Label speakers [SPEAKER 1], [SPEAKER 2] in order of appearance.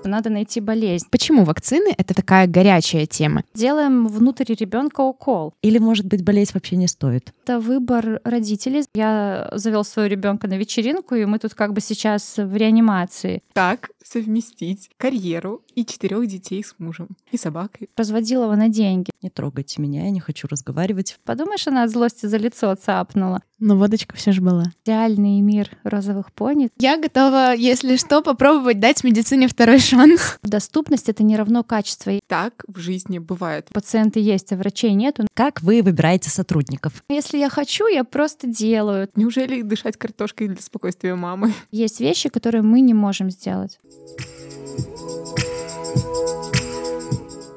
[SPEAKER 1] что надо найти болезнь.
[SPEAKER 2] Почему вакцины — это такая горячая тема?
[SPEAKER 1] Делаем внутрь ребенка укол.
[SPEAKER 3] Или, может быть, болеть вообще не стоит?
[SPEAKER 1] Это выбор родителей. Я завел своего ребенка на вечеринку, и мы тут как бы сейчас в реанимации.
[SPEAKER 4] Как совместить карьеру и четырех детей с мужем и собакой?
[SPEAKER 1] Разводил его на деньги.
[SPEAKER 3] Не трогайте меня, я не хочу разговаривать.
[SPEAKER 1] Подумаешь, она от злости за лицо цапнула.
[SPEAKER 2] Но водочка все же была.
[SPEAKER 1] Идеальный мир розовых пони.
[SPEAKER 5] Я готова, если что, попробовать дать медицине второй шанс.
[SPEAKER 1] Доступность — это не равно качество. И
[SPEAKER 4] Так в жизни бывает.
[SPEAKER 1] Пациенты есть, а врачей нету.
[SPEAKER 3] Как вы выбираете сотрудников?
[SPEAKER 1] Если я хочу, я просто делаю.
[SPEAKER 4] Неужели дышать картошкой для спокойствия мамы?
[SPEAKER 1] Есть вещи, которые мы не можем сделать.